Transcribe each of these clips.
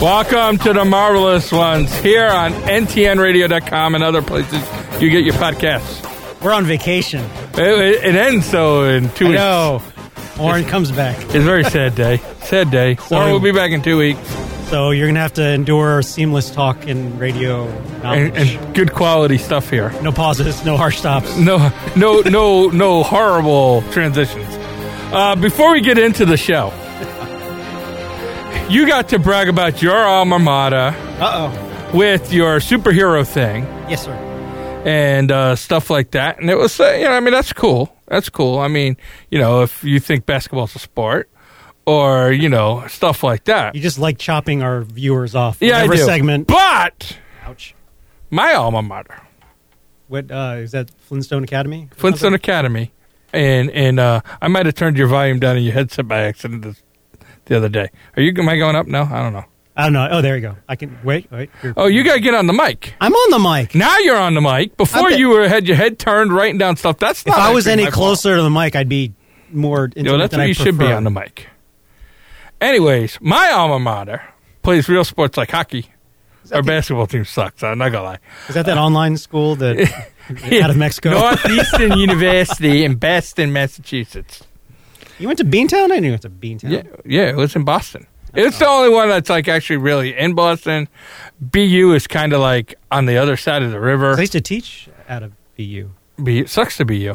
Welcome to the Marvelous Ones here on ntnradio.com and other places you get your podcasts. We're on vacation. It, it- it ends so in two I weeks. know. Warren comes back. It's a very sad day. Sad day. So- or we'll be back in two weeks. So you're going to have to endure seamless talk and radio knowledge. And, and Mm. good quality stuff here. no pauses, no harsh stops. No, no, no, no horrible transitions. Uh, before we get into the show, you got to brag about your alma mater Uh with your superhero thing. oh. Yes, sir. and uh, stuff like that. And it was, uh, you know, I mean, that's cool. That's cool. I mean, you know, if you think basketball's a sport or, you know, stuff like that. You just like chopping our viewers off. Yeah, I Every do. segment. But Ouch. my alma mater, What uh, is that? Flintstone Academy. or Flintstone something? Academy, and and uh, I might have turned your volume down in your headset by accident this, the other day. Are you? Am I going up? No, I don't know. I don't know. Oh, there you go. I can wait. Wait. You're- Oh, you got to get on the mic. I'm on the mic. Now you're on the mic. Before bet- you were had your head turned, writing down stuff. That's If not. I was actually any my fault. closer to the mic, I'd be more. Intimate Yo, that's than what I you should be prefer. on the mic. Anyways, my alma mater plays real sports like hockey. Our basketball team sucks. I'm not gonna lie. Is that that online school that out of Mexico? Northeastern University in Boston, Massachusetts. you went to Beantown. I knew it's a Beantown. Yeah, yeah, it was in Boston. It's the only one that's like actually really in Boston. BU is kind of like on the other side of the 'Cause river. I used to teach out of BU. B- sucks to BU.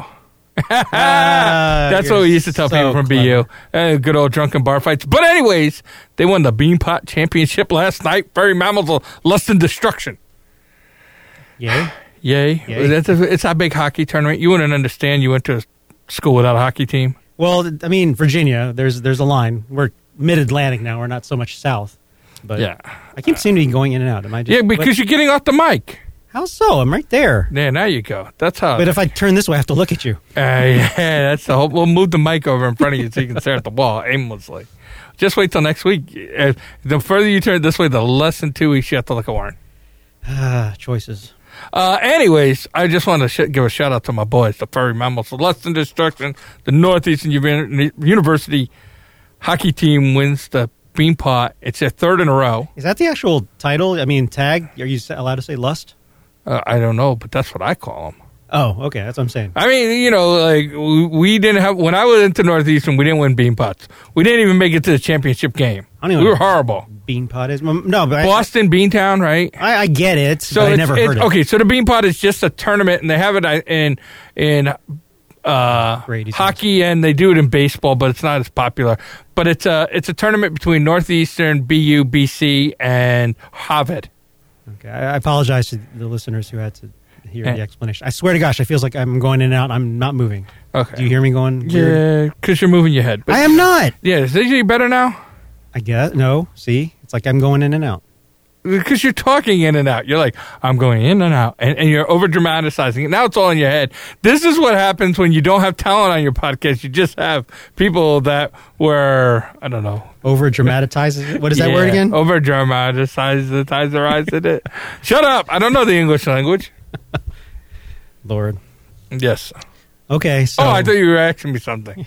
Ah, That's you're what we used to tell so people from clever. BU. Uh, good old drunken bar fights. But anyways, they won the Beanpot Championship last night. Furry Mammals of Lust and Destruction. Yeah. Yay. Yay. That's a, it's a big hockey tournament. You wouldn't understand you went to a school without a hockey team. Well, th- I mean, Virginia. There's there's a line. We're mid Atlantic now. We're not so much south. But Yeah. I keep seeming to be going in and out. Am I? Just, Yeah, because what- you're getting off the mic. how so? I'm right there. Yeah, now you go. That's how. But if I turn this way, I have to look at you. Uh, yeah, that's the whole. We'll move the mic over in front of you so you can stare at the wall aimlessly. Just wait till next week. Uh, the further you turn this way, the less than two weeks you have to look at Warren. Ah, choices. Uh, anyways, I just want to sh- give a shout out to my boys, the Furry Mammals, the Lust and Destruction, the Northeastern Uni- University hockey team wins the Beanpot. It's their third in a row. Is that the actual title? I mean, tag? Are you s- allowed to say lust? Uh, I don't know, but that's what I call them. Oh, okay. That's what I'm saying. I mean, you know, like we- we didn't have when I was into Northeastern, we didn't win Beanpots. We didn't even make it to the championship game. I don't even- we were horrible. Bean pot is mm, no, but I, Boston Beantown, right? I, I get it. but I it's- never it's- heard it. Okay, so the Beanpot is just a tournament, and they have it uh, in in uh, Brady's hockey, and they do it in baseball, but it's not as popular. But it's a it's a tournament between Northeastern, BU, BC, and Harvard. Okay, I, I apologize to the listeners who had to hear Eh. the explanation. I swear to gosh, I feels like I'm going in and out. I'm not moving. Okay, Do you hear me going? Weird? yeah, because you're moving your head. But I am not. yeah, is this any better now? I guess no. See, it's like I'm going in and out. Because you're talking in and out. You're like, I'm going in and out. And, and you're over dramatizing it. Now it's all in your head. This is what happens when you don't have talent on your podcast. You just have people that were, I don't know, Over dramatizes. it. What is that word again? Over dramatize the ties their eyes in it. Shut up! I don't know the English language. Lord. Yes. Okay. So Oh, I thought you were asking me something.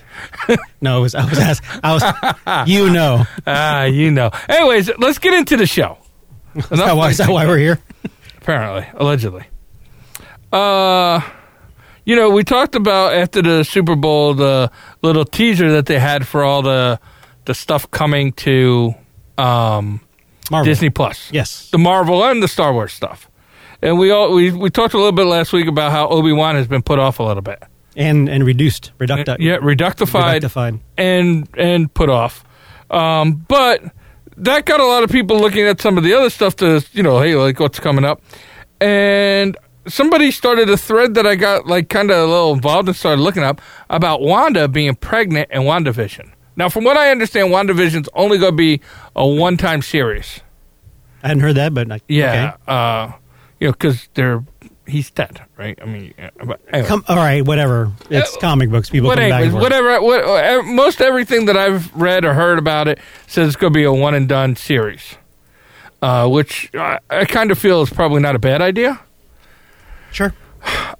no. It was, I was asked. I was. you know. Ah, you know. Anyways, let's get into the show. Is that, why, is that why we're here? Apparently, allegedly. Uh, you know, we talked about after the Super Bowl the little teaser that they had for all the the stuff coming to um, Marvel. Disney Plus. Yes. the Marvel and the Star Wars stuff. And we all we we talked a little bit last week about how Obi Wan has been put off a little bit. And and reduced. Reducti- yeah, reductified, Reductified. and and put off. Um, but that got a lot of people looking at some of the other stuff to you know, hey, like what's coming up. And somebody started a thread that I got like kind of a little involved and started looking up about Wanda being pregnant and WandaVision. Now, from what I understand, WandaVision's only going to be a one-time series. I hadn't heard that, but like, Yeah. Uh, you know, because they're he's dead, right? I mean, yeah, but anyway. Okay. Come, all right. Whatever. It's Uh, comic books. People But come back. anyways, and forth. whatever, what, uh, most everything that I've read or heard about it says it's going to be a one and done series, uh, which I, I kind of feel is probably not a bad idea. Sure.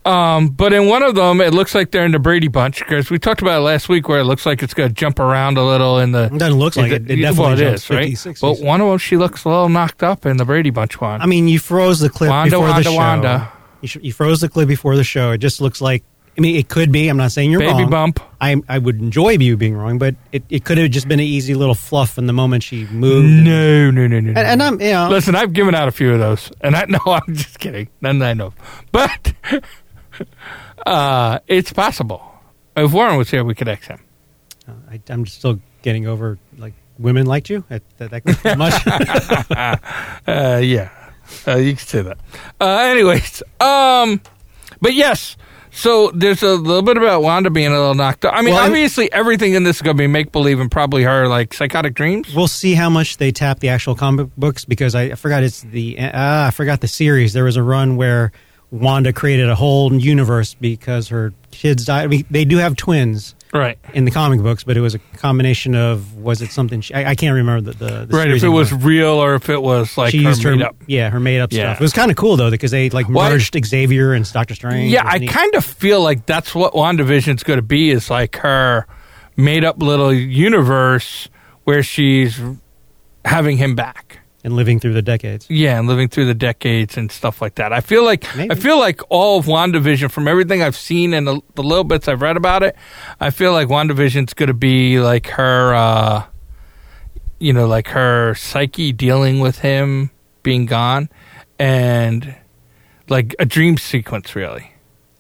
Um, but in one of them, it looks like they're in the Brady Bunch because we talked about it last week, where it looks like it's going to jump around a little in the. It doesn't look like it. It definitely well, it jumps is, right? 50s, 60s. But one of them, she looks a little knocked up in the Brady Bunch one. I mean, you froze the clip Wanda, before Wanda, the show. Wanda. You, sh- you froze the clip before the show. It just looks like. I mean, it could be. I'm not saying you're Baby wrong. bump. I I would enjoy you being wrong, but it, it could have just been an easy little fluff in the moment she moved. No, no, no, no. And, and I'm you know Listen, I've given out a few of those, and I no, I'm just kidding. None that I know, of. but uh, it's possible. If Warren was here, we could X him. I, I'm still getting over like women liked you. That that, that could be much. Uh, yeah, uh, you can say that. Uh, anyways, um, but yes. So there's a little bit about Wanda being a little knocked up. I mean, Well, I'm- obviously, everything in this is going to be make believe and probably her like psychotic dreams. we'll see how much they tap the actual comic books because I, I forgot it's the ah I forgot the series. There was a run where Wanda created a whole universe because her kids died. I mean, they do have twins Right, in the comic books, but it was a combination of was it something? She, I, I can't remember the, the, the right. series If it was anymore. real or if it was like she her used her made up. yeah her made up Yeah. stuff. It was kind of cool though because they like Well, I- merged Xavier and Doctor Strange. Yeah, It was I neat. kind of feel like that's what WandaVision's going to be is like her made up little universe where she's having him back. and living through the decades. Yeah, and living through the decades and stuff like that. I feel like Maybe. I feel like all of WandaVision from everything I've seen and the, the little bits I've read about it, I feel like WandaVision's going to be like her uh you know, like her psyche dealing with him being gone and like a dream sequence really.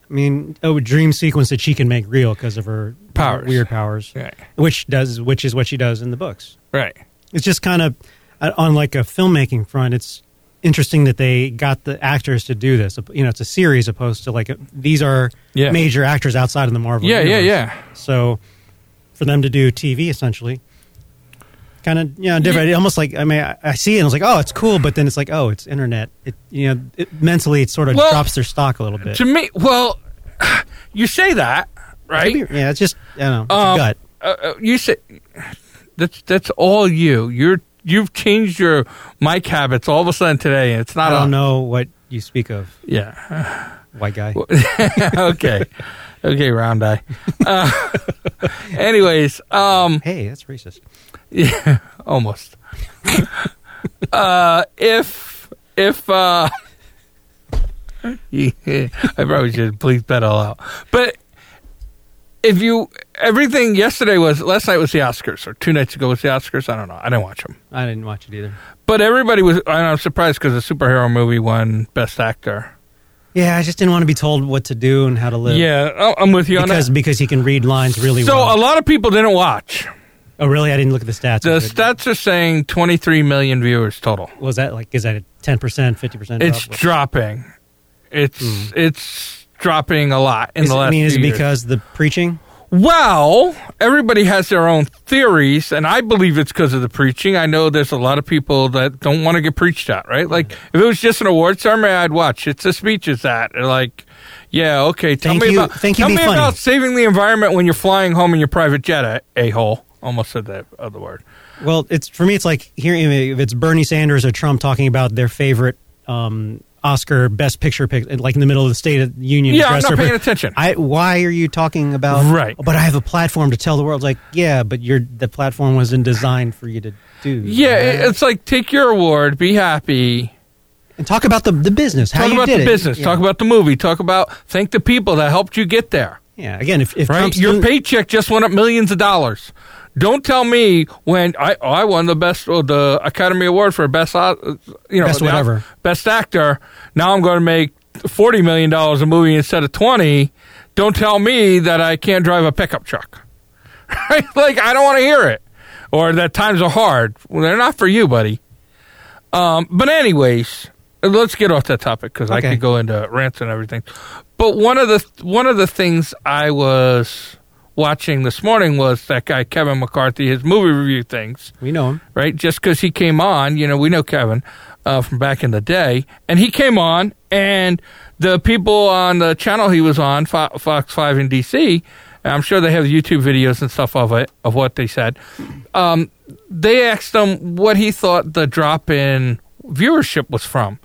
I mean, oh, a dream sequence that she can make real because of her Powers. weird powers, Right. which does which is what she does in the books. Right. It's just kind of uh, on like a filmmaking front. It's interesting that they got the actors to do this. You know, it's a series opposed to like a, these are Yeah. major actors outside of the Marvel. Yeah, yeah, universe. yeah. So for them to do TV essentially. Kind of, you know, different. Almost like I mean, I, I see it. and I was like, "Oh, it's cool," but then it's like, "Oh, it's internet." It, you know, it, mentally, it sort of Well, drops their stock a little bit. To me, well, you say that, right? Yeah, it's just I don't know, it's Um, gut. Uh, uh, you say that's that's all you. You're you've changed your mic habits all of a sudden today, and it's I not. don't on- know what you speak of, Yeah. white guy. okay. Okay, round eye. Uh, anyways, um, Hey, that's racist. yeah, almost. uh, if if uh, yeah, I probably should bleep that all out. But if you everything yesterday was last night was the Oscars or two nights ago was the Oscars. I don't know. I didn't watch them. I didn't watch it either. But everybody was. and I'm surprised because a superhero movie won Best Actor. Yeah, I just didn't want to be told what to do and how to live. Yeah, I- I'm with you on because that. because he can read lines really so a well. lot of people didn't watch. oh, really? I didn't look at the stats. The But stats are saying 23 million viewers total. was that like is that a ten percent, fifty percent? It's dropping. It's it's dropping a lot in the last I mean, Hmm. is few it years. because the preaching? Well, everybody has their own theories, and I believe it's because of the preaching. I know there's a lot of people that don't want to get preached at, Hmm. right? Like, if it was just an award ceremony, I'd watch. It's the speeches that are like, yeah, okay. Tell Thank me you- about thank you, tell be me funny. about saving the environment when you're flying home in your private jet, a hole. Almost said that other word. Well, it's for me. It's like hearing if it's Bernie Sanders or Trump talking about their favorite um, Oscar Best Picture pick, like in the middle of the State of the Union. Yeah, I'm address not or- paying attention. I, why are you talking about? Right. But I have a platform to tell the world. Like, yeah, but your the platform wasn't designed for you to do. Yeah, it- it's like take your award, be happy. and talk about the the business. How Talk you about did the it. business. Yeah. Talk about the movie. Talk about thank the people that helped you get there. Yeah, again, if, if Right? Trump's Your doing- paycheck just went up millions of dollars. Don't tell me when I oh, I won the best or the Academy Award for best uh, you know Best the- whatever. best actor. Now I'm going to make forty million dollars a movie instead of twenty. Don't tell me that I can't drive a pickup truck. Right? Like I don't want to hear it. Or that times are hard. Well, they're not for you, buddy. Um, but anyways, let's get off that topic because I Okay. could go into rants and everything. But one of the one of the things I was watching this morning was that guy Kevin McCarthy, his movie review things we know him. right? Just because he came on, you know, we know Kevin uh, from back in the day, and he came on, and the people on the channel he was on, Fo- Fox Five in DC, and I'm sure they have YouTube videos and stuff of it of what they said. Um, they asked him what he thought the drop in viewership was from,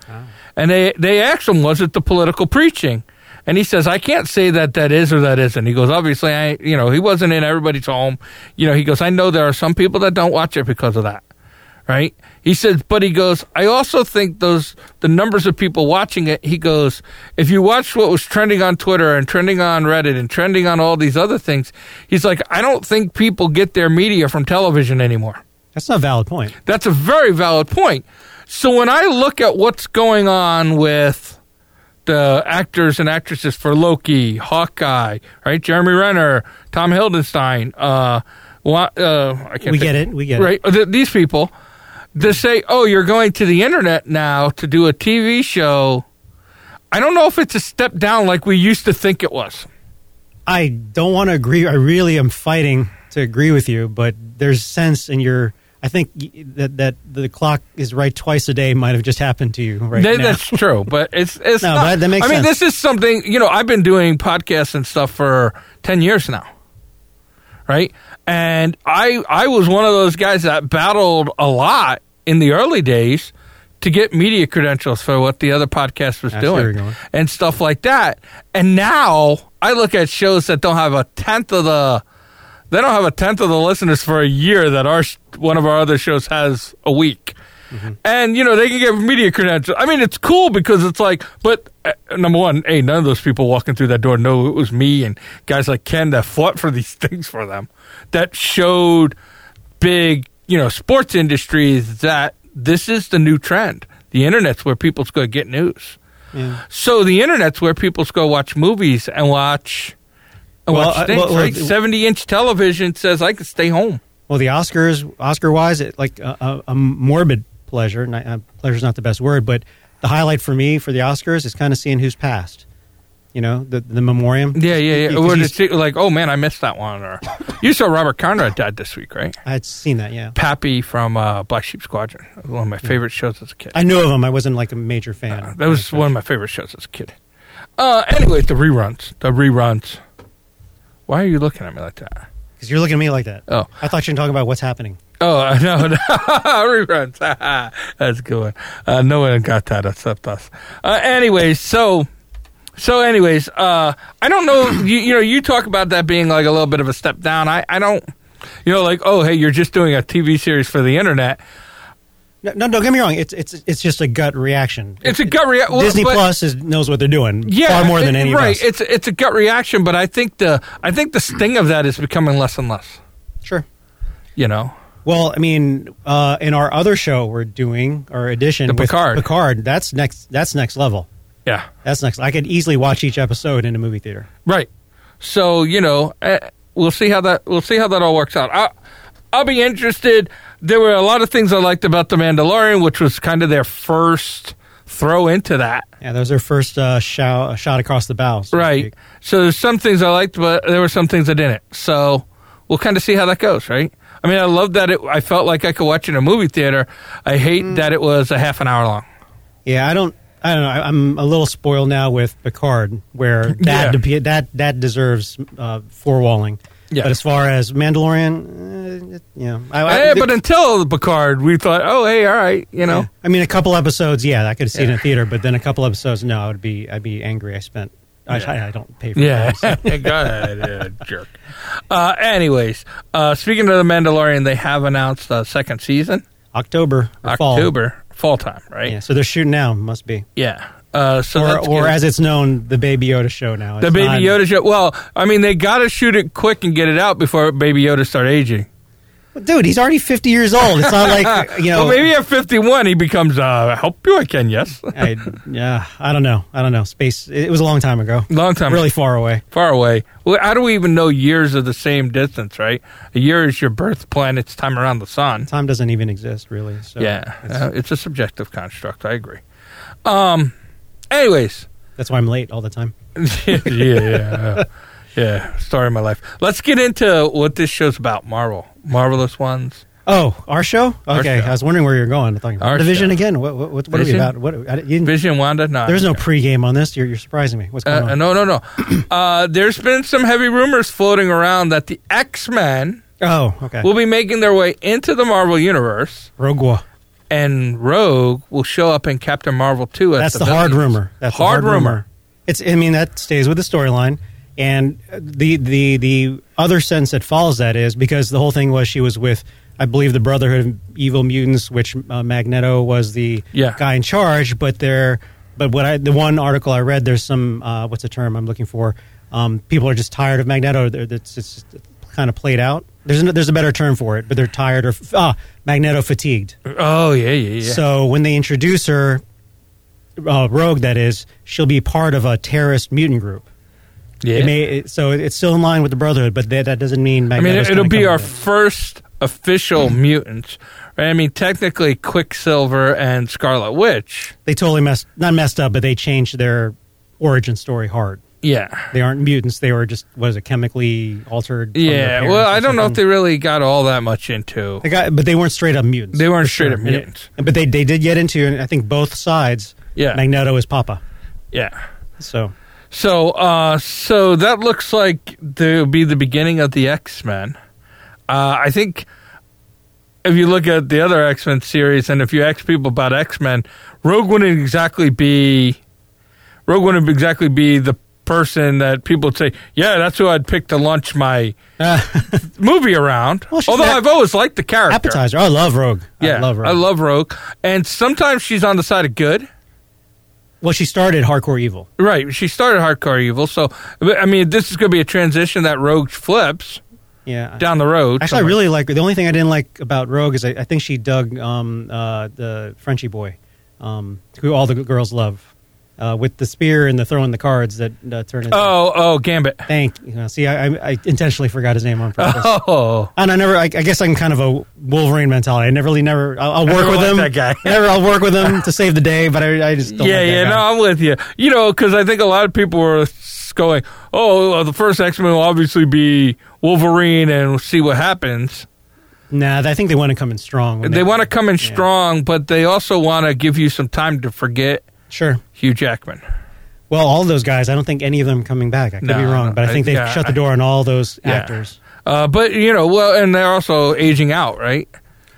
and they they asked him, was it the political preaching? And he says, I can't say that that is or that isn't. He goes, obviously, I, you know, he wasn't in everybody's home. You know, he goes, I know there are some people that don't watch it because of that, right? He says, but he goes, I also think those, the numbers of people watching it, he goes, if you watch what was trending on Twitter and trending on Reddit and trending on all these other things, he's like, I don't think people get their media from television anymore. That's not a valid point. That's a very valid point. So when I look at what's going on with the actors and actresses for Loki, Hawkeye, right? Jeremy Renner, Tom Hildenstein, uh, wa- uh, I can't We think- get it. We get it. right? Th- these people to say, "Oh, you're going to the internet now to do a TV show." I don't know if it's a step down like we used to think it was. I don't want to agree. I really am fighting to agree with you, but there's sense in your. I think y- that that the clock is right twice a day might have just happened to you right That- now. That's true, but it's it's No, not- that- that makes I mean, sense. this is something you know. I've been doing podcasts and stuff for ten years now, right? And I I was one of those guys that battled a lot in the early days to get media credentials for what the other podcast was I see where you're doing going. and stuff like that. And now I look at shows that don't have a tenth of the they don't have a tenth of the listeners for a year that our sh- one of our other shows has a week. And you know they can get media credentials. I mean, it's cool because it's like, but uh, number one, hey, none of those people walking through that door know it was me and guys like Ken that fought for these things for them, that showed big, you know, sports industries that this is the new trend. The internet's where people's going to get news. Yeah. So the internet's where people go watch movies and watch and Well, I- watch things, well, well, right? Seventy inch television says I can stay home. Well, the Oscars, Oscar wise, it like a, a, a morbid pleasure. Not, uh, pleasure's not the best word, but the highlight for me for the Oscars is kind of seeing who's passed. You know, the the memoriam. Yeah, yeah, yeah. 'Cause Or he's- just see- like, oh man, I missed that one. Or you saw Robert Conrad died this week, right? I had seen that. Yeah, Pappy from uh, Black Sheep Squadron, one of my favorite shows as a kid. I knew of him. I wasn't like a major fan. Uh, That was one of my favorite shows as a kid. Uh, anyway, the reruns, the reruns. Why are you looking at me like that? because you're looking at me like that. Oh. I thought you were talking about what's happening. Oh I know no. reruns. That's a good one. Uh, no one got that except us. Uh, anyways, so so anyways, uh, I don't know. you, you know, you talk about that being like a little bit of a step down. I I don't. You know, like oh hey, you're just doing a TV series for the internet. No, no, don't get me wrong. It's it's it's just a gut reaction. It's a gut reaction. Disney Plus is, knows what they're doing Yeah, far more than it- any right. of us. It's it's a gut reaction, but I think the I think the sting of that is becoming less and less. sure. You know, Well, I mean, uh, in our other show we're doing our edition The with Picard. Picard, that's next. That's next level. yeah, That's next. I could easily watch each episode in a movie theater. right. So you know, eh, we'll see how that we'll see how that all works out. I, I'll be interested. There were a lot of things I liked about the Mandalorian, which was kind of their first throw into that. Yeah, that was their first uh, shot, shot across the bow. so to Right. speak. So there's some things I liked, but there were some things I didn't. So we'll kind of see how that goes, right? I mean, I love that it. I felt like I could watch it in a movie theater. I hate that it was a half an hour long. Yeah, I don't. I don't know. I, I'm a little spoiled now with Picard, where Yeah. that de- that that deserves uh, four walling. Yeah. But as far as Mandalorian, uh, it- you know, I, I- Eh, but until Picard, we thought, oh, hey, all right, you know. I mean, a couple episodes, yeah, I could have seen it in a theater, but then a couple episodes, no, I would be I'd be angry. I spent. I, I, I don't pay for Yeah, that, so. God, yeah, jerk. Uh, anyways, uh, speaking of the Mandalorian, they have announced a second season, October, or fall. October, fall time, right? Yeah, so they're shooting now. Must be. Yeah. Uh, so or, that's or good. as it's known, the Baby Yoda show now. the It's Baby not- Yoda show. Well, I mean, they got to shoot it quick and get it out before Baby Yoda start aging. Uh, dude, he's already fifty years old. It's not like Uh, you know. well, maybe at fifty-one, he becomes. Uh, I hope you I can. Yes, I, yeah, I don't know. I don't know. Space. It, it was a long time ago. long time. really far away. far away. Well, how do we even know years are the same distance? Right? A year is your birth planet's time around the sun. Time doesn't even exist, really. So yeah, that's, uh, it's a subjective construct. I agree. Um. Anyways, that's why I'm late all the time. yeah, yeah, yeah. Story of my life. Let's get into what this show's about. Marvel, marvelous ones. Oh, our show. Okay, Our show. I was wondering where you're going. I'm talking about Our division show. again. What, what, what, what are we Vision? about? What I, didn't- you, Vision, Wanda. No, there's no pregame on this. You're, you're surprising me. What's going Uh, on? no, no, no. uh, there's been some heavy rumors floating around that the X Men Oh, okay. will be making their way into the Marvel universe, Rogue War. and Rogue will show up in Captain Marvel 2. as That's the hard villain. rumor. That's the Hard rumor. It's. I mean, that stays with the storyline, and the the the other sense that follows that is because the whole thing was she was with, I believe, the Brotherhood of Evil Mutants, which uh, Magneto was the Yeah. guy in charge. But there, but what I the one article I read, there's some uh, what's the term I'm looking for? Um, people are just tired of Magneto. They're- That's it's just kind of played out. There's an, there's a better term for it, but they're tired or f- ah, Magneto fatigued. Oh yeah, yeah, yeah. So when they introduce her, uh, Rogue, that is, she'll be part of a terrorist mutant group. yeah. It may, it, so it- it's still in line with the Brotherhood, but that, that doesn't mean. I mean, Magneto's it'll gonna be come our with it. first official mutants. Right? I mean, technically, Quicksilver and Scarlet Witch. They totally messed, not messed up, but they changed their origin story hard. Yeah. They aren't mutants. They were just what is it, chemically altered? from their Yeah. parents Well, or I don't know if something. they really got all that much into. They got, but they weren't straight up mutants. They weren't for straight up And it- mutants. but they they did get into, and I think both sides. Yeah. Magneto is Papa. Yeah. So So, uh, so that looks like there'll be the beginning of the X Men. Uh, I think if you look at the other X Men series, and if you ask people about X Men, Rogue wouldn't exactly be Rogue wouldn't exactly be the person that people would say, "Yeah, that's who I'd pick to launch my uh, movie around." Well, she's Although that- I've always liked the character. appetizer. I love Rogue. Yeah, I love Rogue. I love Rogue, and sometimes she's on the side of good. well, she started hardcore evil. Right, she started hardcore evil, so but, I mean, this is going to be a transition that Rogue flips. Yeah. down the road. Actually, I somewhere. really like the only thing I didn't like about Rogue is I, I think she dug um, uh, the Frenchie boy, um, who all the girls love, uh, with the spear and the throwing the cards that uh, turn into. Oh, oh, Gambit. Thank you. know, see, I, I, I intentionally forgot his name on purpose. Oh, And I never, I, I guess I'm kind of a Wolverine mentality. I never really, never, I'll, I'll work never with liked him. that guy. never, I'll work with him to save the day, but I, I just don't yeah, like that yeah. guy. No, I'm with you. You know, because I think a lot of people were s- going, "Oh, well, the first X Men will obviously be Wolverine, and we'll see what happens." Nah, I think they want to come in strong. when They want to come in yeah. strong, but they also want to give you some time to forget Sure. Hugh Jackman. Well, all those guys, I don't think any of them coming back. I could No, be wrong, no, but I I- think they've yeah, shut the I- door on all those Yeah. actors. Uh, but you know, well, and they're also aging out, right?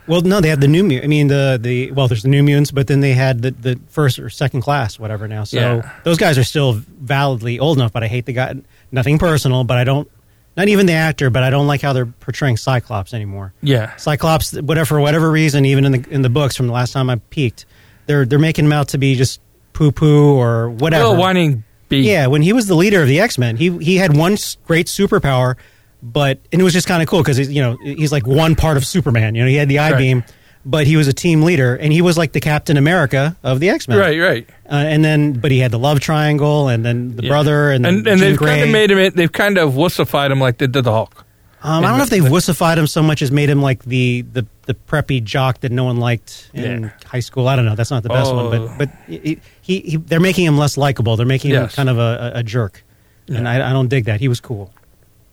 Well, no, they had the new mutants. I mean, the the well, there's the new mutants, but then they had the, the first or second class, whatever. Now, so Yeah. those guys are still validly old enough. But I hate the guy. Nothing personal, but I don't. Not even the actor, but I don't like how they're portraying Cyclops anymore. Yeah, Cyclops, whatever for whatever reason, even in the in the books from the last time I peeked, they're they're making him out to be just poo poo or whatever. little whining bee. Yeah, when he was the leader of the X Men, he he had one s- great superpower, but and it was just kind of cool because you know he's like one part of Superman. You know, he had the I beam, but he was a team leader, and he was like the Captain America of the X Men. right, right. Uh, and then, but he had the love triangle, and then the Yeah. brother, and And then and Jean they've kind Grey. of made him. They've kind of wussified him like they did the Hulk. Um, I don't know if they've wussified him so much as made him like the the, the preppy jock that no one liked in Yeah. high school. I don't know. That's not the best one, Oh. but but he, he, he they're making him less likable. They're making him Yes. kind of a, a a jerk, and I, I don't dig that. He was cool.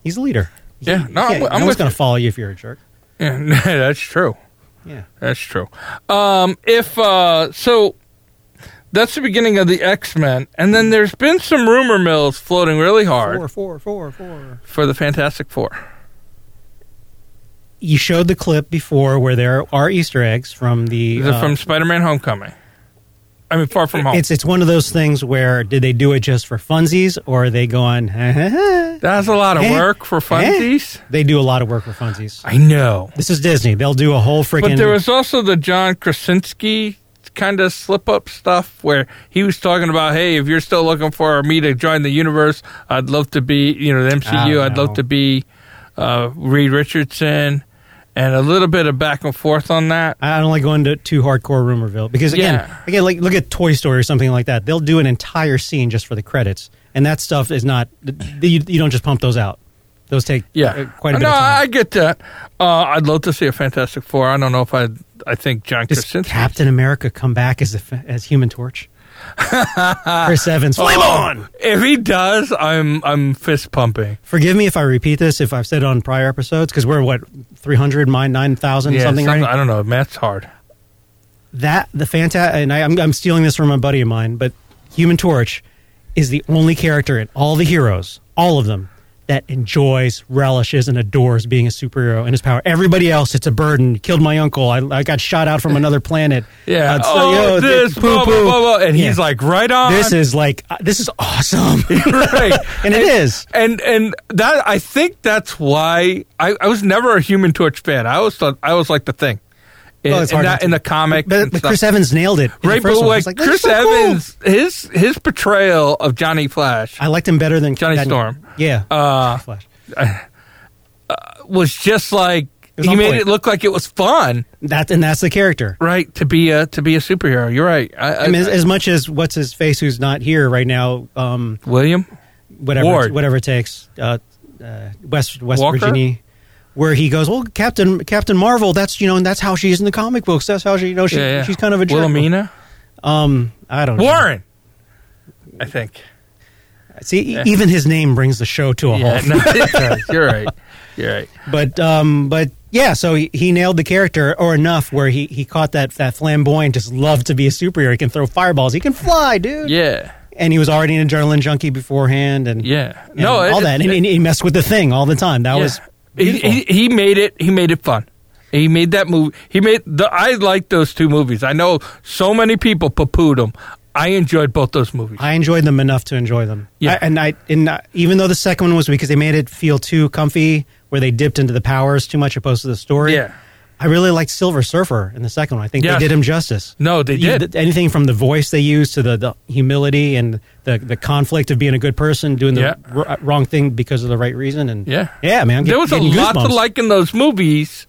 He's a leader. He- Yeah, no, he I'm can't- with- I'm no one's with going you. to follow you if you're a jerk. Yeah, that's true. Yeah. That's true. Um, if uh, so, that's the beginning of the X Men, and then there's been some rumor mills floating really hard Four, four, four, four. for the Fantastic Four. You showed the clip before where there are Easter eggs from the Is it uh, from Spider-Man: Homecoming? I mean, Far From Home. It's it's one of those things where did they do it just for funsies or are they going? "Ha, ha, ha." That's a lot of Eh, work for eh. funsies. They do a lot of work for funsies. I know, This is Disney. They'll do a whole freaking. but there was also the John Krasinski kind of slip-up stuff where he was talking about, "Hey, if you're still looking for me to join the universe, I'd love to be, you know, the MCU. Oh, I'd no. love to be uh, Reed Richardson." And a little bit of back and forth on that. I don't like going to too hardcore Rumorville because again, Yeah. again, like look at Toy Story or something like that. They'll do an entire scene just for the credits, and that stuff is not. You, you don't just pump those out. Those take Yeah, uh, quite a bit no, of I time. get that. Uh, I'd love to see a Fantastic Four. I don't know if I. I think John Does Krasinski. Captain America come back as the, fa- as Human Torch? Chris Evans, Oh. flame on! If he does, I'm I'm fist pumping. Forgive me if I repeat this if I've said it on prior episodes because we're what three hundred, mine nine thousand, Yeah, something right? I don't know. Matt's hard. that the Fanta and I, I'm, I'm stealing this from a buddy of mine, but Human Torch is the only character in all the heroes, all of them, that enjoys, relishes, and adores being a superhero and his power. Everybody else, it's a burden. Killed my uncle. I, I got shot out from another planet. Yeah. Uh, so, oh, you know, this, th- blah, blah, poo-poo. blah, blah. And he's Yeah. like, right on. this is like uh, this is awesome, right. and it is. And and that I think that's why I, I was never a Human Torch fan. I always thought I was like the thing. In, Well, Oh, it's in, hard that, not in to. the comic, But, and but stuff. Chris Evans nailed it. in the right? first But one. I like was "That's Chris so cool." Evans, his his portrayal of Johnny Flash I liked him better than Johnny than- Storm. Yeah, uh, Flash. was just like was he on made point. it look like it was fun, That and that's the character. right? To be a to be a superhero. You're right. I, I, I mean, as, as much as what's his face, who's not here right now, um, William. whatever, Ward. whatever it takes, uh, uh, West West Walker? Virginia, where he goes, well, Captain Captain Marvel. That's you know, and that's how she is in the comic books. That's how she, you know, she, yeah, yeah. she's kind of a jerk. Wilhelmina Um, I don't know. Warren. I think. See, e- even his name brings the show to a Yeah, halt. no, it does. You're right. You're right. But um, but yeah, so he, he nailed the character or enough where he, he caught that that flamboyant just love to be a superhero. He can throw fireballs. He can fly, dude. Yeah. And he was already an adrenaline junkie beforehand, and Yeah. and No, it- all that, and, and he messed with the thing all the time. That yeah. was he, beautiful. he he made it he made it fun. He made that movie. He made the I like those two movies. I know so many people poo-pooed them. I enjoyed both those movies. I enjoyed them enough to enjoy them. Yeah. I, and I and I, even though the second one was because they made it feel too comfy, where they dipped into the powers too much opposed to the story. Yeah. I really liked Silver Surfer in the second one. I think Yes. they did him justice. No, they You- did. th- anything from the voice they used to the, the humility and the, the conflict of being a good person, doing the Yeah. r- wrong thing because of the right reason, and Yeah. yeah, man, I'm there get- was a getting lot to goosebumps. like in those movies,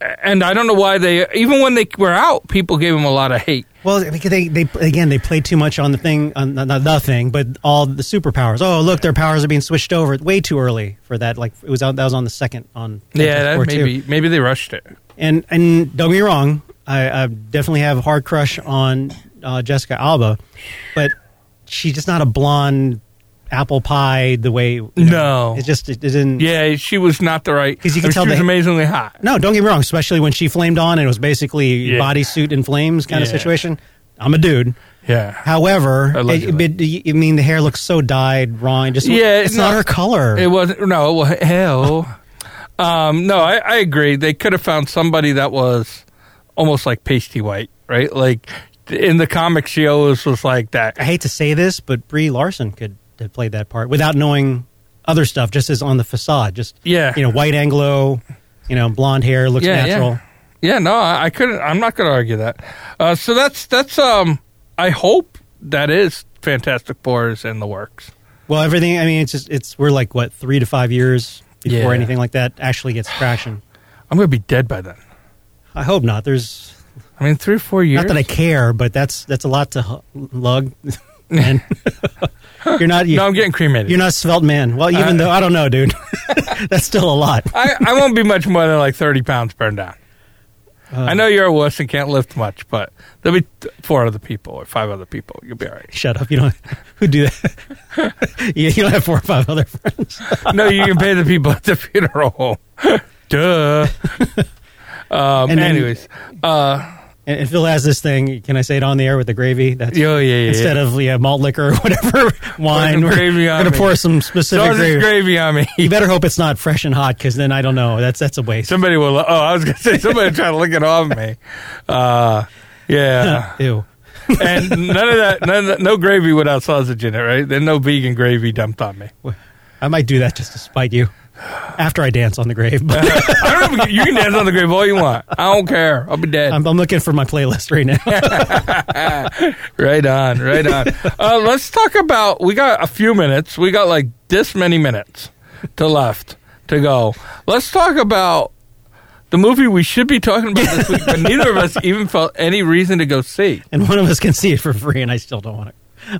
and I don't know why they even when they were out, people gave them a lot of hate. Well, because they, they again they play too much on the thing, on the, not the thing, but all the superpowers. Oh, look, their powers are being switched over way too early for that. Like it was out, that was on the second on Yeah, that Fantastic Four, too. maybe maybe they rushed it. And and don't get me wrong, I, I definitely have a hard crush on uh, Jessica Alba, but she's just not a blonde apple pie the way you know, No. it just it didn't Yeah, she was not the right 'Cause I you can mean, tell she was they- amazingly hot. No, don't get me wrong. Especially when she flamed on and it was basically Yeah. bodysuit in flames kind of Yeah. situation. I'm a dude. Yeah, However, it, Allegedly. but y- I mean, the hair looks so dyed wrong. Just Yeah, it's no. not her color. it wasn't. No, well, hell. um, no, I, I agree. They could have found somebody that was almost like pasty white, right? Like in the comics, she always was like that. I hate to say this, but Brie Larson could have played that part without knowing other stuff. Just as on the facade, just Yeah. you know, white Anglo, you know, blonde hair looks Yeah, natural. yeah. Yeah, no, I, I couldn't. I'm not going to argue that. Uh, so that's that's. Um, I hope that is Fantastic Four is in the works. Well, everything. I mean, it's just it's we're like what three to five years before Yeah. anything like that actually gets traction. I'm going to be dead by then. I hope not. There's I mean, three or four years. Not that I care, but that's that's a lot to hu- lug. man. you're not you, no, I'm getting cremated. you're not a svelte man. Well, even Uh, though I don't know, dude, that's still a lot. I, I won't be much more than like 30 pounds burned down. Uh. I know you're a wuss and can't lift much, but there'll be th- four other people or five other people. You'll be all right. Shut up. You don't who do that. you, you don't have four or five other friends. No, you can pay the people at the funeral home. Duh. Um, And then- anyways, uh, And, and Phil has this thing. Can I say it on the air with the gravy? That's yo, yeah, yeah. instead yeah. of yeah, malt liquor or whatever wine. some We're gravy on gonna me. pour some specific Sausage gravy. gravy on me. You better hope it's not fresh and hot, because then I don't know. That's that's a waste. Somebody will. Oh, I was gonna say somebody will try to lick it off me. Uh, yeah, Ew. and none of that. None of that, no gravy without sausage in it, right? There's no vegan gravy dumped on me. I might do that just to spite you. After I dance on the grave, but I don't. know if You you can dance on the grave all you want. I don't care. I'll be dead. I'm, I'm looking for my playlist right now. right on. Right on. uh, let's talk about. We got a few minutes. We got like this many minutes to left to go. Let's talk about the movie we should be talking about this week, but neither of us even felt any reason to go see. and one of us can see it for free, and I still don't want to.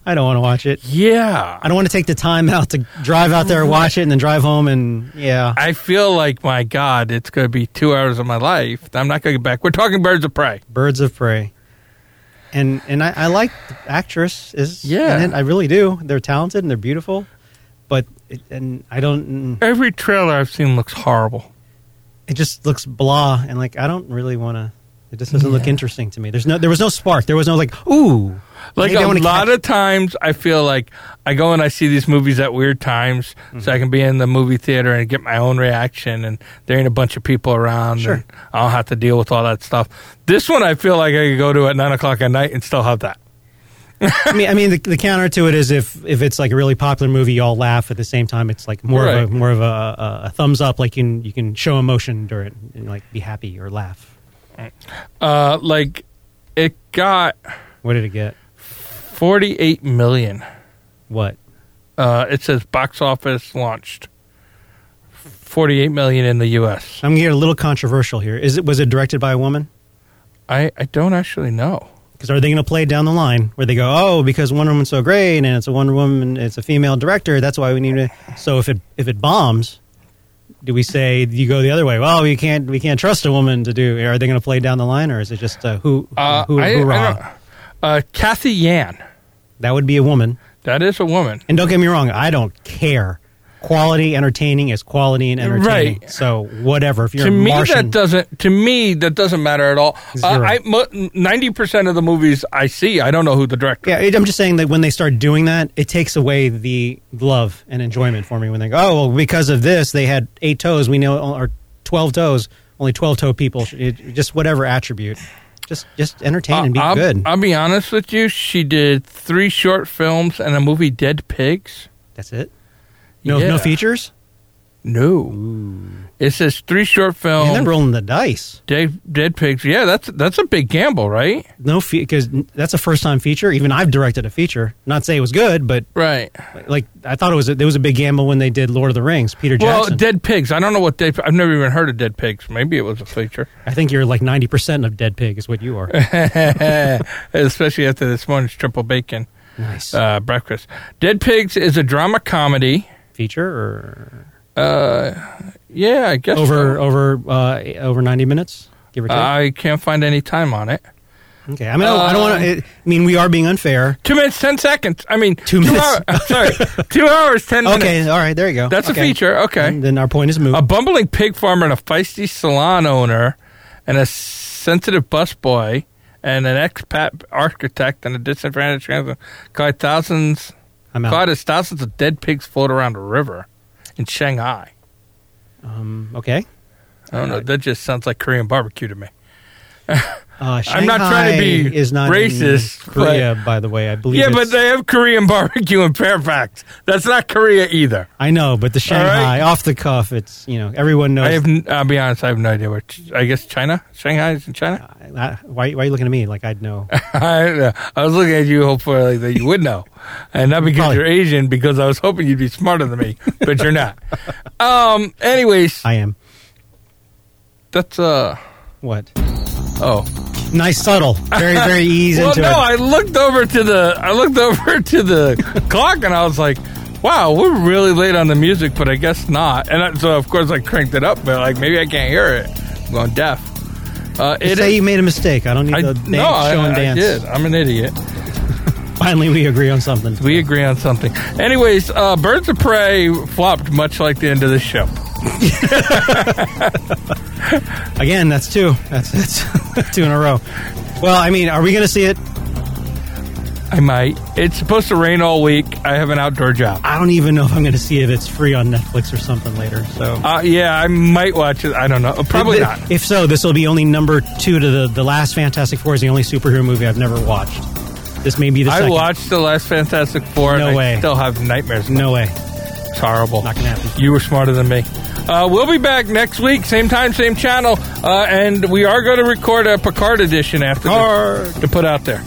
I don't want to watch it. Yeah. I don't want to take the time out to drive out there, watch it, and then drive home. And yeah, I feel like, my God, it's going to be two hours of my life. that I'm not going to get back. We're talking Birds of Prey. Birds of Prey. And and I, I like the actress is Yeah. and I really do. They're talented and they're beautiful, but it, and I don't. mm, Every trailer I've seen looks horrible. It just looks blah, and like I don't really want to. It just doesn't look interesting to me. There's no, there was no spark. There was no like, ooh, Like maybe I a wanna lot catch- of times, I feel like I go and I see these movies at weird times, so Mm-hmm. I can be in the movie theater and get my own reaction, and there ain't a bunch of people around, Sure. and I don't have to deal with all that stuff. This one, I feel like I could go to at nine o'clock at night and still have that. I mean, I mean, the, the counter to it is if if it's like a really popular movie, you all laugh at the same time. It's like more Right. of a more of a, a, a thumbs up. Like you can, you can show emotion during, and like be happy or laugh. Uh, like, it got What did it get? forty-eight million. What? Uh, it says box office launched forty-eight million in the U.S. I'm getting a little controversial here. Is it was it directed by a woman? I I don't actually know. Because are they going to play it down the line where they go, oh, because Wonder Woman's so great and it's a Wonder Woman, it's a female director, that's why we need to. So if it if it bombs, do we say you go the other way? Well, we can't we can't trust a woman to do. Are they going to play it down the line or is it just uh, who Uh, who I, I hoorah? don't- uh, Kathy Yan. that would be a woman. That is a woman. And don't get me wrong, I don't care. Quality entertaining is quality and entertaining. Right. So whatever. If you're to a me Martian, that doesn't to me that doesn't matter at all Zero. uh, I, ninety percent of the movies I see I don't know who the director Yeah, it, I'm just saying that when they start doing that, it takes away the love and enjoyment for me. When they go, oh, well, because of this, they had eight toes. We know, or twelve toes. Only twelve toe people. should- It, just whatever attribute. Just, just entertain and be I'll, good. I'll be honest with you she did three short films and a movie Dead Pigs That's it. No, Yeah. no features. no it says three short And films they're rolling the dice. Dead, Dead Pigs yeah that's that's a big gamble right No, because that's a first time feature. Even I've directed a feature. Not say it was good, but right like I thought it was. A, there was a big gamble when they did Lord of the Rings. Peter well Jackson. Dead Pigs I don't know what Dead I've never even heard of Dead Pigs maybe it was a feature I think you're like ninety percent of Dead Pig is what you are. Uh, especially after this morning's triple bacon nice uh, breakfast Dead Pigs is a drama comedy. feature or Yeah, I guess over so. over uh, over ninety minutes, give or take. I can't find any time on it. okay, I mean, I don't- I don't want um, to. I mean, we are being unfair. Two minutes, ten seconds. I mean, Two minutes. hour- sorry, two hours, ten minutes. Okay, all right, there you go. That's Okay. a feature. Uh, Okay, And then our point is moved. a bumbling pig farmer and a feisty salon owner, and a sensitive busboy, and an expat architect and a disenfranchised transit caught thousands I'm out. caught as thousands of dead pigs float around a river in Shanghai. Um, okay. I don't know. That just sounds like Korean barbecue to me. Uh, I'm not trying to be Shanghai is not in racist, Korea, by the way, I believe. Yeah, it's- but they have Korean barbecue in Fairfax. That's not Korea either. I know, but the Shanghai off the cuff. It's you know everyone knows. I have. n- I'll be honest. I have no idea where. Ch- I guess China, Shanghai is in China. I- why, why are you looking at me like I'd know? I, don't know. I was looking at you, hopefully like, that you would know, and not because Probably. you're Asian, because I was hoping you'd be smarter than me, but you're not. Um. Anyways, I am. that's uh. What? Oh. Nice, subtle, very, very easy Well, into no. it. I looked over to the. I looked over to the clock, and I was like. Wow, we're really late on the music, but I guess not. And I, so, of course, I cranked it up, but like maybe I can't hear it. I'm going deaf. Uh, You it say is- you made a mistake. I don't need I, no, the dance, show I, and I dance. did. I'm an idiot. Finally, we agree on something. We agree on something. Anyways, uh, Birds of Prey flopped much like the end of the show. Again, that's two. That's, that's two in a row. Well, I mean, are we going to see it? I might. It's supposed to rain all week. I have an outdoor job. I don't even know if I'm going to see it if it's free on Netflix or something later. So Uh, yeah, I might watch it. I don't know. Probably Th- not. If so, this will be only number two to the the last Fantastic Four is the only superhero movie I've never watched. This may be the I second. watched the last Fantastic Four. No and I way. still have nightmares. No way, It's horrible. not going to happen. You were smarter than me. Uh, we'll be back next week, same time, same channel, uh, and we are going to record a Picard edition after this to put out there.